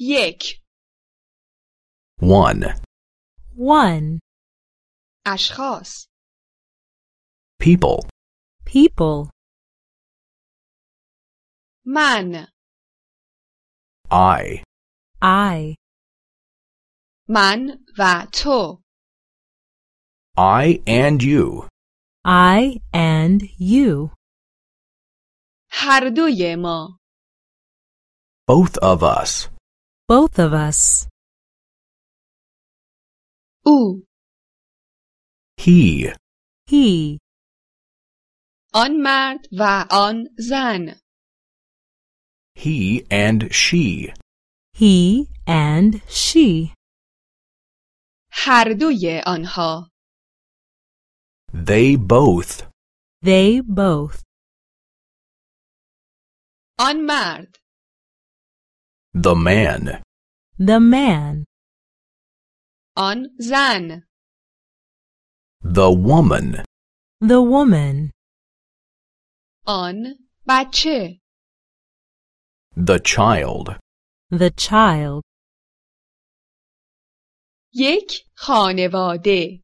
یک 1. 1. اشخاص People. People. من I. I. من و تو I and you. I and you. هر دوی ما Both of us. Both of us. او He. He. آن مرد و آن زن He and she. He and she. هر دوی آنها They both. They both. آن مرد The man. The man. آن زن The woman. The woman. آن بچه The child. The child. یک خانواده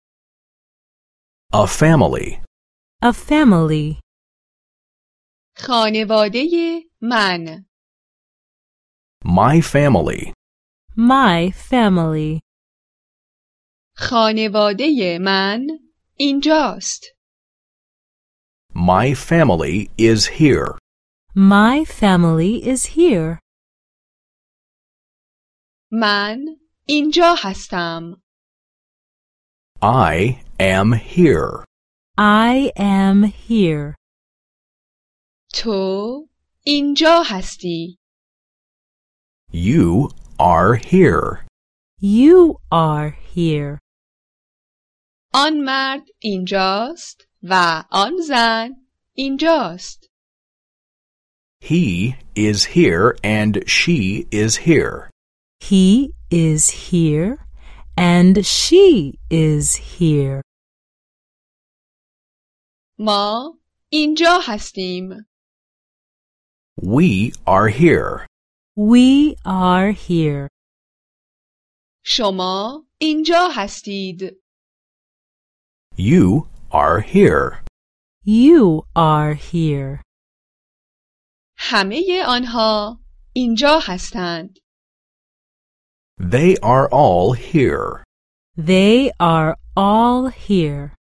A family. A family. خانواده من My family. My family. خانواده من اینجاست My family is here. My family is here. من اینجا هستم I am here. I am here. تو اینجا هستی You are here. You are here. آن مرد اینجاست و آن زن اینجاست He is here and she is here. He is here. And she is here. ما اینجا هستیم We are here. We are here. شما اینجا هستید You are here. You are here. همه آنها اینجا هستند They are all here. They are all here.